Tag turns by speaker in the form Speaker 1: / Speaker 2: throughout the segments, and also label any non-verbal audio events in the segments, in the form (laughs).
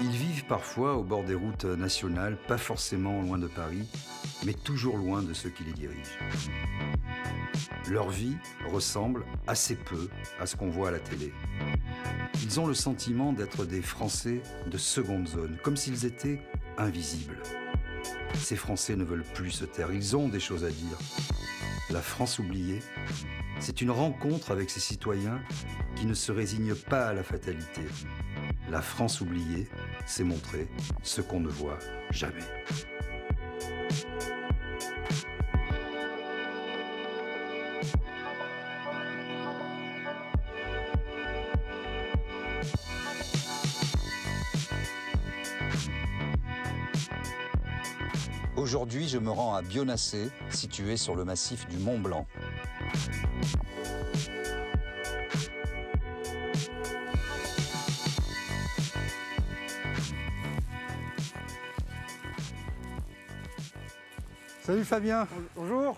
Speaker 1: Ils vivent parfois au bord des routes nationales, pas forcément loin de Paris, mais toujours loin de ceux qui les dirigent. Leur vie ressemble assez peu à ce qu'on voit à la télé. Ils ont le sentiment d'être des Français de seconde zone, comme s'ils étaient invisibles. Ces Français ne veulent plus se taire, ils ont des choses à dire. La France oubliée, c'est une rencontre avec ses citoyens qui ne se résignent pas à la fatalité. La France oubliée, c'est montrer ce qu'on ne voit jamais. Aujourd'hui, je me rends à Bionacé, situé sur le massif du Mont Blanc.
Speaker 2: Salut Fabien,
Speaker 3: Bonjour,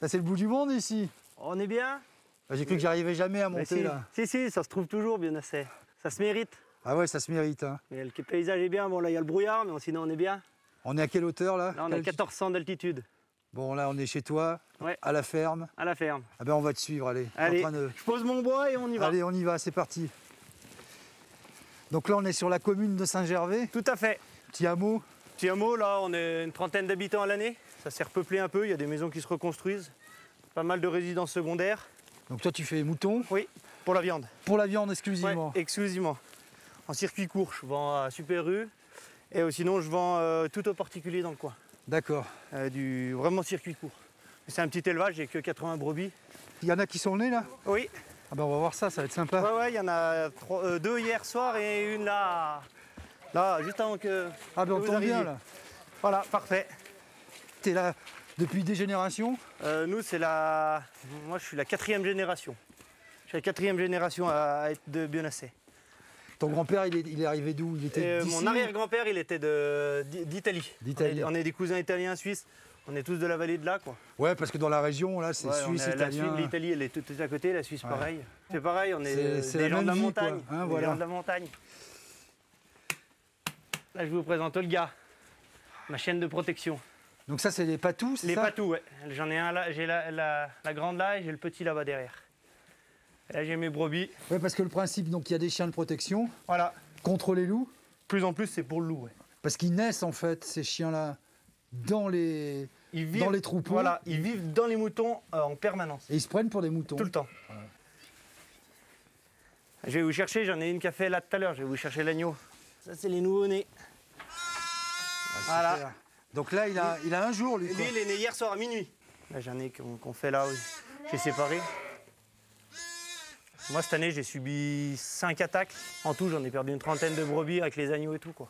Speaker 2: là c'est le bout du monde ici.
Speaker 3: on est bien
Speaker 2: Ah, J'ai cru que j'arrivais jamais à
Speaker 3: Bah,
Speaker 2: monter
Speaker 3: si.
Speaker 2: là.
Speaker 3: si, si, ça se trouve toujours bien assez. Ça se mérite.
Speaker 2: Ah ouais, ça se mérite. hein.
Speaker 3: Mais le paysage est bien, bon là il y a le brouillard, mais sinon on est bien.
Speaker 2: On est à quelle hauteur là
Speaker 3: Là on est à
Speaker 2: Quelle-
Speaker 3: 1400 d'altitude,
Speaker 2: Bon là on est chez toi,
Speaker 3: Ouais.
Speaker 2: à la ferme.
Speaker 3: à la ferme.
Speaker 2: Ah ben on va te suivre, allez. Je suis en
Speaker 3: Allez,
Speaker 2: train de-
Speaker 3: je pose mon bois et on y va.
Speaker 2: Allez, on y va, c'est parti. Donc là on est sur la commune de Saint-Gervais,
Speaker 3: Tout à fait.
Speaker 2: petit hameau.
Speaker 3: Petit hameau, là on est une trentaine d'habitants à l'année. Ça s'est repeuplé un peu, il y a des maisons qui se reconstruisent. Pas mal de résidences secondaires.
Speaker 2: Donc toi tu fais mouton
Speaker 3: Oui, pour la viande.
Speaker 2: pour la viande
Speaker 3: Ouais,
Speaker 2: exclusivement.
Speaker 3: exclusivement. En circuit court, je vends à Super U. Et euh, sinon je vends euh, tout aux particuliers dans le coin.
Speaker 2: D'accord.
Speaker 3: Euh, du vraiment circuit court. C'est un petit élevage, j'ai que 80 brebis.
Speaker 2: Il y en a qui sont nés là
Speaker 3: Oui,
Speaker 2: Ah ben on va voir ça, ça va être sympa.
Speaker 3: ouais, ouais, il y en a trois- euh, deux hier soir et une là, là, juste avant que.
Speaker 2: Ah ben
Speaker 3: que
Speaker 2: on
Speaker 3: vous
Speaker 2: tombe bien
Speaker 3: arriviez.
Speaker 2: là.
Speaker 3: Voilà, parfait.
Speaker 2: T'es là depuis des générations
Speaker 3: Euh, nous, c'est la, moi, je suis la quatrième génération. Je suis la quatrième génération à être de Bionacé.
Speaker 2: Ton grand-père il est, il est arrivé d'où Il était
Speaker 3: Et, euh,
Speaker 2: d'ici
Speaker 3: mon arrière-grand-père, il était de- d'I- d'Italie.
Speaker 2: D'Italie.
Speaker 3: On est, on est des cousins italiens, suisses. On est tous de la vallée de là, quoi.
Speaker 2: Ouais parce que dans la région là c'est
Speaker 3: Ouais, on
Speaker 2: suisse,
Speaker 3: est- la
Speaker 2: italien.
Speaker 3: Suisse, L'Italie, elle est tout, tout à côté, la Suisse,
Speaker 2: Ouais.
Speaker 3: pareil. C'est pareil, on est,
Speaker 2: C'est-
Speaker 3: euh,
Speaker 2: c'est
Speaker 3: des
Speaker 2: la
Speaker 3: gens de
Speaker 2: même
Speaker 3: la
Speaker 2: vie, quoi,
Speaker 3: montagne.
Speaker 2: hein,
Speaker 3: des
Speaker 2: voilà.
Speaker 3: gens de la montagne. Là, je vous présente Olga, ma chaîne de protection.
Speaker 2: Donc ça c'est les patous, c'est
Speaker 3: Les
Speaker 2: ça
Speaker 3: patous, ouais. J'en ai un là, j'ai la, la- la grande là et j'ai le petit là-bas derrière. Et Là, j'ai mes brebis.
Speaker 2: Ouais, parce que le principe, donc il y a des chiens de protection
Speaker 3: Voilà.
Speaker 2: contre les loups,
Speaker 3: Plus en plus, c'est pour le loup, ouais.
Speaker 2: parce qu'ils naissent en fait, ces chiens-là, dans les.
Speaker 3: Ils
Speaker 2: Dans les troupeaux.
Speaker 3: Voilà, ils vivent dans les moutons euh, en permanence.
Speaker 2: Et ils se prennent pour des moutons.
Speaker 3: Tout le temps. Je vais vous chercher, j'en ai une qui a fait là tout à l'heure, je vais vous chercher l'agneau. Ça c'est les nouveaux-nés.
Speaker 2: Ah,
Speaker 3: Voilà.
Speaker 2: super. Donc là, il a, il a un jour, lui.
Speaker 3: Lui
Speaker 2: quoi.
Speaker 3: il est né hier soir à minuit. Là j'en ai qu'on qu'on fait là, oui. j'ai séparé. Moi cette année j'ai subi 5 attaques. En tout j'en ai perdu une trentaine de brebis avec les agneaux et tout quoi.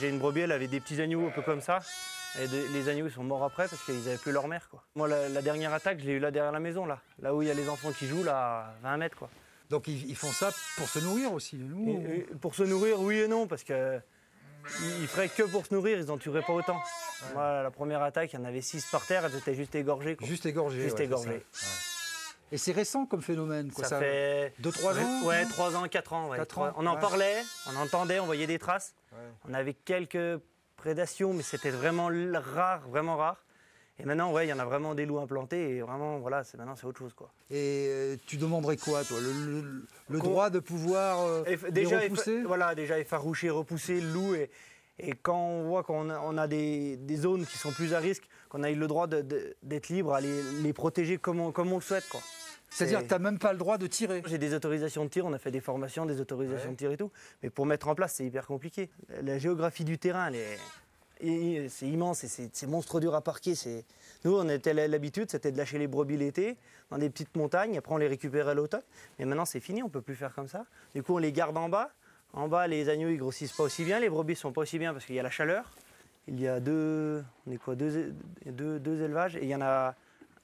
Speaker 3: J'ai une brebis, elle avait des petits agneaux un peu comme ça. Et de- les agneaux ils sont morts après parce qu'ils n'avaient plus leur mère quoi. Moi la, la dernière attaque je l'ai eu là derrière la maison là. Là où il y a les enfants qui jouent là à 20 mètres quoi.
Speaker 2: Donc ils, ils font ça pour se nourrir aussi, les loups.
Speaker 3: Et- et pour se nourrir, oui et non, parce que ils ils feraient que pour se nourrir, ils n'en tueraient pas autant. Moi, la première attaque, il y en avait six par terre, elles étaient juste égorgées. quoi.
Speaker 2: Juste égorgés.
Speaker 3: Juste
Speaker 2: ouais, c'est
Speaker 3: égorgés.
Speaker 2: ça. Ouais. Et c'est récent comme phénomène, quoi.
Speaker 3: ça, fait
Speaker 2: deux, trois ans,
Speaker 3: Ouais,
Speaker 2: non
Speaker 3: 3 ans, 4 ans. ouais.
Speaker 2: Quatre
Speaker 3: Trois-
Speaker 2: ans,
Speaker 3: On en
Speaker 2: ouais.
Speaker 3: parlait, on entendait, on voyait des traces.
Speaker 2: Ouais.
Speaker 3: On avait quelques prédations, mais c'était vraiment l- rare, vraiment rare. Et maintenant, ouais, il y en a vraiment des loups implantés et vraiment, voilà, c'est maintenant c'est autre chose quoi.
Speaker 2: Et euh, tu demanderais quoi, toi Le, le- le
Speaker 3: Qu'on-
Speaker 2: droit de pouvoir euh,
Speaker 3: Eff-
Speaker 2: les
Speaker 3: déjà,
Speaker 2: repousser
Speaker 3: effa- voilà, déjà effaroucher, repousser le loup. Et, et quand on voit qu'on a, on a des, des zones qui sont plus à risque, qu'on a eu le droit de- de- d'être libre à les, les protéger comme on, comme on le souhaite. quoi.
Speaker 2: C'est-à-dire que
Speaker 3: c'est-
Speaker 2: t'as même pas le droit de tirer.
Speaker 3: J'ai des autorisations de tir, on a fait des formations, des autorisations
Speaker 2: Ouais.
Speaker 3: de tir et tout. Mais pour mettre en place, c'est hyper compliqué. La- La géographie du terrain, elle est- et- c'est immense et c'est c'est monstre dur à parquer. c'est- Nous, on était l- l'habitude, c'était de lâcher les brebis l'été dans des petites montagnes, après on les récupérait à l'automne. Mais maintenant, c'est fini, on peut plus faire comme ça. Du coup, on les garde en bas. En bas, les agneaux, ils grossissent pas aussi bien, les brebis sont pas aussi bien parce qu'il y a la chaleur. Il y a deux, on est quoi, deux, deux- deux élevages et il y en a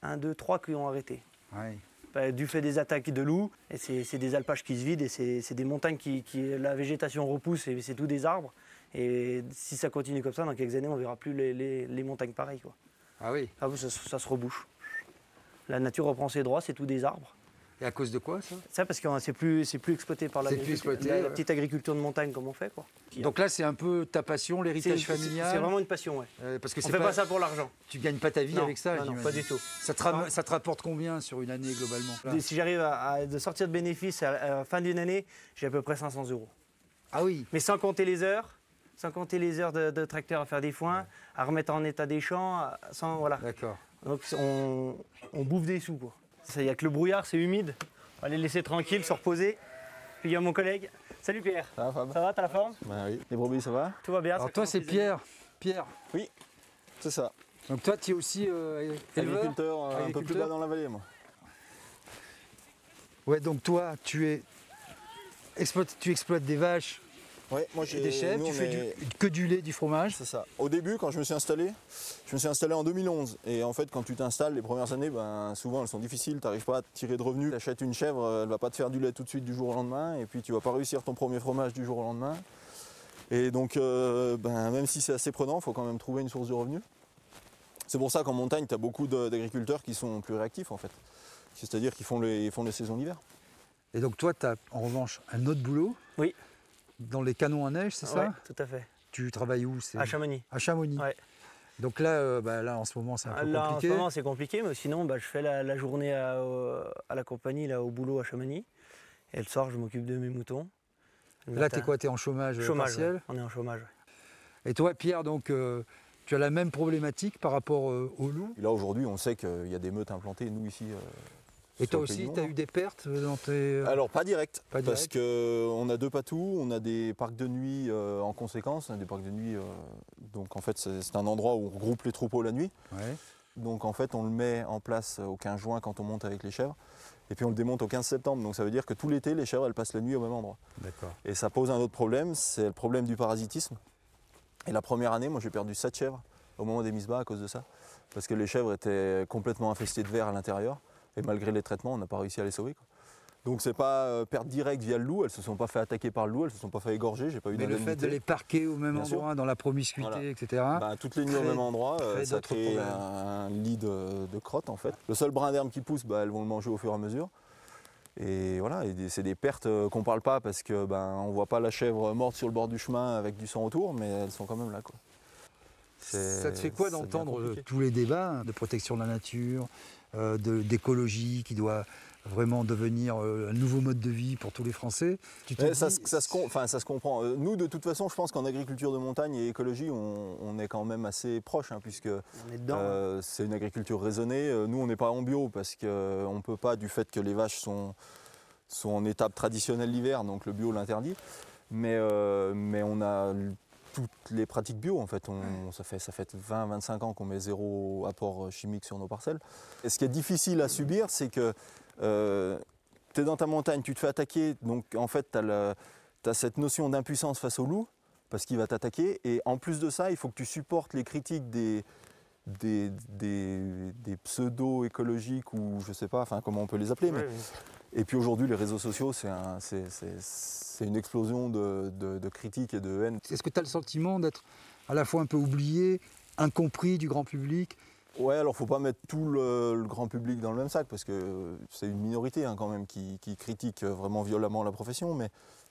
Speaker 3: un, deux, trois qui ont arrêté.
Speaker 2: Ouais.
Speaker 3: Bah, du fait des attaques de loups, et c'est c'est des alpages qui se vident et c'est c'est des montagnes qui, qui- la végétation repousse et c'est tout des arbres. Et si ça continue comme ça, dans quelques années, on verra plus les, les- les montagnes pareilles. Quoi.
Speaker 2: Ah oui.
Speaker 3: Ah oui, ça, se- ça se rebouche. La nature reprend ses droits, c'est tout des arbres.
Speaker 4: Et à cause de quoi ça
Speaker 3: Ça, parce que hein, c'est plus, c'est plus exploité par
Speaker 4: C'est plus
Speaker 3: l'agriculture.
Speaker 4: exploité,
Speaker 3: la, la
Speaker 4: ouais.
Speaker 3: petite agriculture de montagne comme on fait. Quoi.
Speaker 4: Donc là, c'est un peu ta passion,
Speaker 3: C'est
Speaker 4: l'héritage
Speaker 3: c'est-
Speaker 4: familial.
Speaker 3: c'est vraiment une passion, ouais.
Speaker 4: euh, parce que
Speaker 3: On
Speaker 4: c'est
Speaker 3: fait pas, ça pour l'argent.
Speaker 4: Tu gagnes pas ta vie
Speaker 3: Non,
Speaker 4: avec ça.
Speaker 3: non, non,
Speaker 4: j'imagine.
Speaker 3: pas du tout.
Speaker 4: Ça te, ram- ça te rapporte combien sur une année globalement
Speaker 3: Et Si j'arrive à, à- de sortir de bénéfice à, la- à la fin d'une année, j'ai à peu près 500 euros.
Speaker 4: Ah oui.
Speaker 3: Mais sans compter les heures, sans compter les heures de, de tracteur à faire des foins, à remettre en état des champs, à- sans voilà.
Speaker 4: D'accord.
Speaker 3: Donc on, on bouffe des sous quoi. Ça, Il y a que le brouillard, c'est humide. On va les laisser tranquilles, se reposer. Puis il y a mon collègue. Salut Pierre.
Speaker 5: Ça va, Fab
Speaker 3: Ça va, t'as la forme
Speaker 5: Ben oui. Les brebis, ça va
Speaker 3: Tout va bien.
Speaker 4: Alors
Speaker 3: Ah, ça
Speaker 4: toi,
Speaker 3: commence
Speaker 4: c'est
Speaker 3: les
Speaker 4: Pierre. Pierre.
Speaker 5: C'est ça.
Speaker 4: Donc toi, tu es aussi euh, éleveur.
Speaker 5: Agriculteur, euh, un peu plus
Speaker 4: Agriculteur
Speaker 5: bas dans la vallée, moi.
Speaker 2: Ouais, donc toi, tu es. exploite- tu exploites des vaches
Speaker 5: Ouais, moi
Speaker 2: et
Speaker 5: j'ai
Speaker 3: Euh,
Speaker 2: des chèvres,
Speaker 5: nous,
Speaker 2: tu
Speaker 5: on
Speaker 2: fais du-
Speaker 5: est-
Speaker 2: que du lait, du fromage.
Speaker 5: C'est ça. Au début, quand je me suis installé, je me suis installé en 2011. Et en fait, quand tu t'installes, les premières années, ben, souvent elles sont difficiles. Tu n'arrives pas à te tirer de revenus. Tu achètes une chèvre, elle va pas te faire du lait tout de suite du jour au lendemain. Et puis tu vas pas réussir ton premier fromage du jour au lendemain. Et donc, euh, ben, même si c'est assez prenant, il faut quand même trouver une source de revenus. C'est pour ça qu'en montagne, tu as beaucoup de- d'agriculteurs qui sont plus réactifs en fait. C'est-à-dire qu'ils font les, ils font les saisons d'hiver.
Speaker 2: Et donc toi, tu as en revanche un autre boulot
Speaker 3: Oui.
Speaker 2: Dans les canons à neige, c'est
Speaker 3: saisons.
Speaker 2: ça
Speaker 3: Ouais, Tout à fait.
Speaker 2: Tu travailles où c'est-
Speaker 3: À Chamonix.
Speaker 2: À Chamonix.
Speaker 3: Ouais. Ah,
Speaker 2: Donc là, euh, bah, là, en ce moment, c'est un peu
Speaker 3: Là, en ce
Speaker 2: compliqué.
Speaker 3: moment, c'est compliqué, mais sinon, bah, je fais la, la journée à, euh, à la compagnie, là, au boulot à Chamonix. Et le soir, je m'occupe de mes moutons. Le
Speaker 2: Là, t'es
Speaker 3: matin.
Speaker 2: quoi T'es en chômage, euh,
Speaker 3: Chômage.
Speaker 2: partiel
Speaker 3: ouais. On est en chômage. ouais.
Speaker 2: Et toi, Pierre, donc, euh, tu as la même problématique par rapport euh, au loup.
Speaker 5: Et là aujourd'hui, on sait qu'il y a des meutes implantées, nous ici. euh,
Speaker 2: Et
Speaker 5: sur
Speaker 2: toi
Speaker 5: le Pays
Speaker 2: aussi,
Speaker 5: de
Speaker 2: tu as
Speaker 5: Mont.
Speaker 2: eu des pertes euh, dans tes...
Speaker 5: Alors pas direct,
Speaker 2: Pas
Speaker 5: parce
Speaker 2: direct.
Speaker 5: qu'on a deux patous, on a des parcs de nuit euh, en conséquence, on a des parcs de nuit, euh, donc en fait c'est c'est un endroit où on regroupe les troupeaux la nuit.
Speaker 2: Ouais.
Speaker 5: Donc en fait on le met en place euh, au 15 juin quand on monte avec les chèvres, et puis on le démonte au 15 septembre, donc ça veut dire que tout l'été les chèvres elles passent la nuit au même endroit.
Speaker 2: D'accord.
Speaker 5: Et ça pose un autre problème, c'est le problème du parasitisme. Et la première année, moi j'ai perdu 7 chèvres au moment des mises bas à cause de ça, parce que les chèvres étaient complètement infestées de vers à l'intérieur, et malgré les traitements, on n'a pas réussi à les sauver. quoi. Donc c'est pas euh, perte directe via le loup, elles se sont pas fait attaquer par le loup, elles se sont pas fait égorger, j'ai pas eu
Speaker 2: Mais le fait de
Speaker 5: d'indemnité.
Speaker 2: les parquer au même
Speaker 5: Bien sûr.
Speaker 2: endroit, dans la promiscuité,
Speaker 5: Voilà.
Speaker 2: etc.
Speaker 5: Bah, toutes les nuits au
Speaker 2: crée-
Speaker 5: même endroit, euh,
Speaker 2: crée
Speaker 5: ça
Speaker 2: Hein d'autres
Speaker 5: crée
Speaker 2: problèmes.
Speaker 5: un, un lit de, de crotte en fait. Le seul brin d'herbe qui pousse, bah, elles vont le manger au fur et à mesure. Et voilà, et des- c'est des pertes euh, qu'on parle pas parce que ben on voit pas la chèvre morte sur le bord du chemin avec du sang autour, mais elles sont quand même là quoi. C'est-
Speaker 2: Ça te fait quoi
Speaker 5: ça devient
Speaker 2: d'entendre euh,
Speaker 5: compliqué.
Speaker 2: tous les débats hein, de protection de la nature, euh, de- d'écologie qui doit vraiment devenir euh, un nouveau mode de vie pour tous les Français Tu te
Speaker 5: Eh, ça,
Speaker 2: dis-
Speaker 5: se- ça se com- enfin, ça se comprend. Euh, Nous, de toute façon, je pense qu'en agriculture de montagne et écologie, on, on est quand même assez proche, puisque
Speaker 3: On est dedans. ouais.
Speaker 5: Euh, c'est une agriculture raisonnée. Euh, Nous, on n'est pas en bio parce qu'on ne peut pas, du fait que les vaches sont, sont en étape traditionnelle l'hiver, donc le bio l'interdit. Mais, euh, mais on a l- toutes les pratiques bio en fait. On, ça fait, ça fait 20-25 ans qu'on met zéro apport euh, chimique sur nos parcelles. Et ce qui est difficile à subir, c'est que tu es Euh, dans ta montagne, tu te fais attaquer, donc en fait, tu as, cette notion d'impuissance face au loup. Parce qu'il va t'attaquer. Et en plus de ça, il faut que tu supportes les critiques des, des, des- des pseudo-écologiques ou je sais pas, enfin comment on peut les appeler. mais- Et puis aujourd'hui, les réseaux sociaux, c'est un- c'est- c'est- c'est une explosion de, de- de critiques et de haine.
Speaker 2: Est-ce que tu as le sentiment d'être à la fois un peu oublié, incompris du grand public
Speaker 5: Ouais, alors faut pas mettre tout le, le grand public dans le même sac parce que euh, c'est une minorité hein, quand même qui, qui critique euh, vraiment violemment la profession. Mais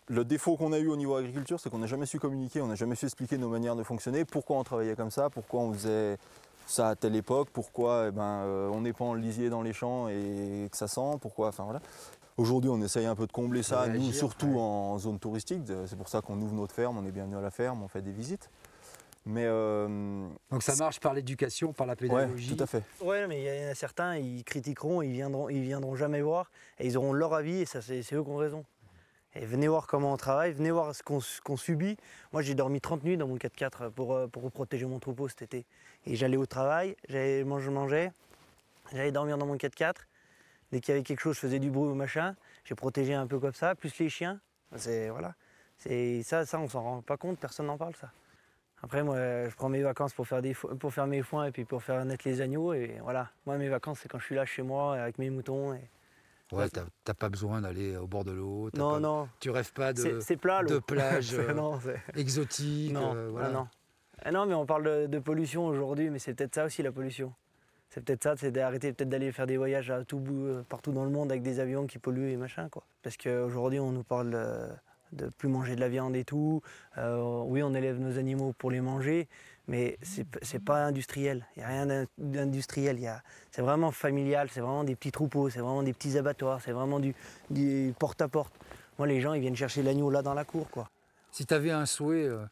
Speaker 5: le défaut qu'on a eu au niveau agriculture, c'est qu'on n'a jamais su communiquer, on n'a jamais su expliquer nos manières de fonctionner, pourquoi on travaillait comme ça, pourquoi on faisait ça à telle époque, pourquoi eh ben, euh, on n'est pas en lisier dans les champs et que ça sent, pourquoi. Enfin voilà. Aujourd'hui, on essaye un peu de combler ça,
Speaker 2: De
Speaker 5: nous,
Speaker 2: réagir,
Speaker 5: surtout
Speaker 2: ouais.
Speaker 5: en zone touristique. de- C'est pour ça qu'on ouvre notre ferme, on est bienvenu à la ferme, on fait des visites. Mais euh,
Speaker 2: Donc ça marche par l'éducation, par la
Speaker 5: ouais,
Speaker 2: pédagogie.
Speaker 5: tout à fait.
Speaker 3: Ouais, mais il y en a certains, ils critiqueront, ils viendront, ils viendront jamais voir, et ils auront leur avis, et ça, c'est c'est eux qui ont raison. Et venez voir comment on travaille, venez voir ce qu'on qu'on subit. Moi, j'ai dormi 30 nuits dans mon 4x4 pour, euh, pour protéger mon troupeau cet été. Et j'allais au travail, j'allais man- je mangeais, j'allais dormir dans mon 4x4. Dès qu'il y avait quelque chose, je faisais du bruit ou machin. J'ai protégé un peu comme ça, plus les chiens. C'est voilà. C'est ça, ça, on s'en rend pas compte, personne n'en parle ça. Après, moi, je prends mes vacances pour faire, des fo- pour faire mes foins et puis pour faire naître les agneaux. Et voilà, moi, mes vacances, c'est quand je suis là chez moi avec mes moutons. et-
Speaker 2: Ouais, t'as- t'as pas besoin d'aller au bord de l'eau. t'as
Speaker 3: Non,
Speaker 2: pas-
Speaker 3: non,
Speaker 2: Tu rêves pas
Speaker 3: c'est
Speaker 2: de,
Speaker 3: c'est plat, l'eau.
Speaker 2: de plage
Speaker 3: (laughs) C'est-
Speaker 2: euh,
Speaker 3: non, c'est-
Speaker 2: exotique.
Speaker 3: non,
Speaker 2: euh,
Speaker 3: ah
Speaker 2: voilà.
Speaker 3: non. Ah non, mais on parle de, de pollution aujourd'hui, mais c'est peut-être ça aussi, la pollution. C'est peut-être ça, c'est d'arrêter peut-être d'aller faire des voyages à tout bout, euh, partout dans le monde avec des avions qui polluent et machin quoi. Parce qu'aujourd'hui on nous parle euh, de plus manger de la viande et tout. Euh, oui, on élève nos animaux pour les manger, mais c'est p- c'est pas industriel. Il n'y a rien d'in- d'industriel. il y a- C'est vraiment familial, c'est vraiment des petits troupeaux, c'est vraiment des petits abattoirs, c'est vraiment du du porte-à-porte. Moi, les gens, ils viennent chercher l'agneau là dans la cour, quoi.
Speaker 2: Si tu avais un souhait euh,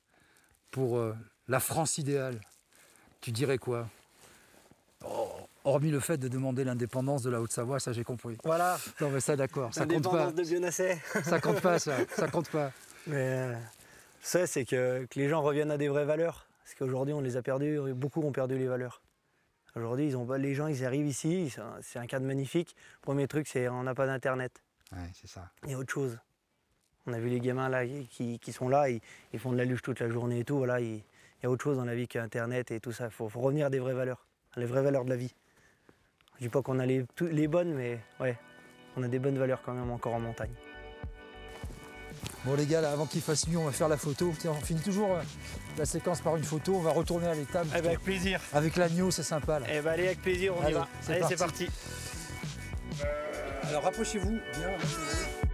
Speaker 2: pour euh, la France idéale, tu dirais quoi Oh, Hormis le fait de demander l'indépendance de la Haute-Savoie, ça j'ai compris.
Speaker 3: Voilà,
Speaker 2: Non mais ça d'accord, ça compte pas,
Speaker 3: l'indépendance de Bionacé.
Speaker 2: ça compte pas ça, ça compte pas.
Speaker 3: Mais euh, ça, c'est que, que les gens reviennent à des vraies valeurs. Parce qu'aujourd'hui, on les a perdues, beaucoup ont perdu les valeurs. Aujourd'hui, ils ont, pas- les gens, ils arrivent ici, ils sont- c'est un cadre magnifique. Premier truc, c'est on n'a pas d'Internet.
Speaker 1: Ouais, c'est ça.
Speaker 3: Il y a autre chose. On a vu les gamins là qui, qui sont là, ils, ils font de la luge toute la journée et tout. Voilà, il, il y a autre chose dans la vie qu'Internet et tout ça. Il faut, faut revenir à des vraies valeurs, à les vraies valeurs de la vie. Je dis pas qu'on a les, tout- les bonnes, mais ouais, on a des bonnes valeurs quand même encore en montagne.
Speaker 2: Bon les gars, là, avant qu'il fasse nuit, on va faire la photo. Tiens, on finit toujours euh, la séquence par une photo, on va retourner à l'étable.
Speaker 3: Eh ben, avec plaisir.
Speaker 2: Avec l'agneau, c'est sympa là.
Speaker 3: Eh ben allez avec plaisir, on
Speaker 2: Allez,
Speaker 3: y va.
Speaker 2: c'est
Speaker 3: allez,
Speaker 2: parti.
Speaker 3: c'est parti.
Speaker 2: Alors rapprochez-vous, bien. rapprochez-vous.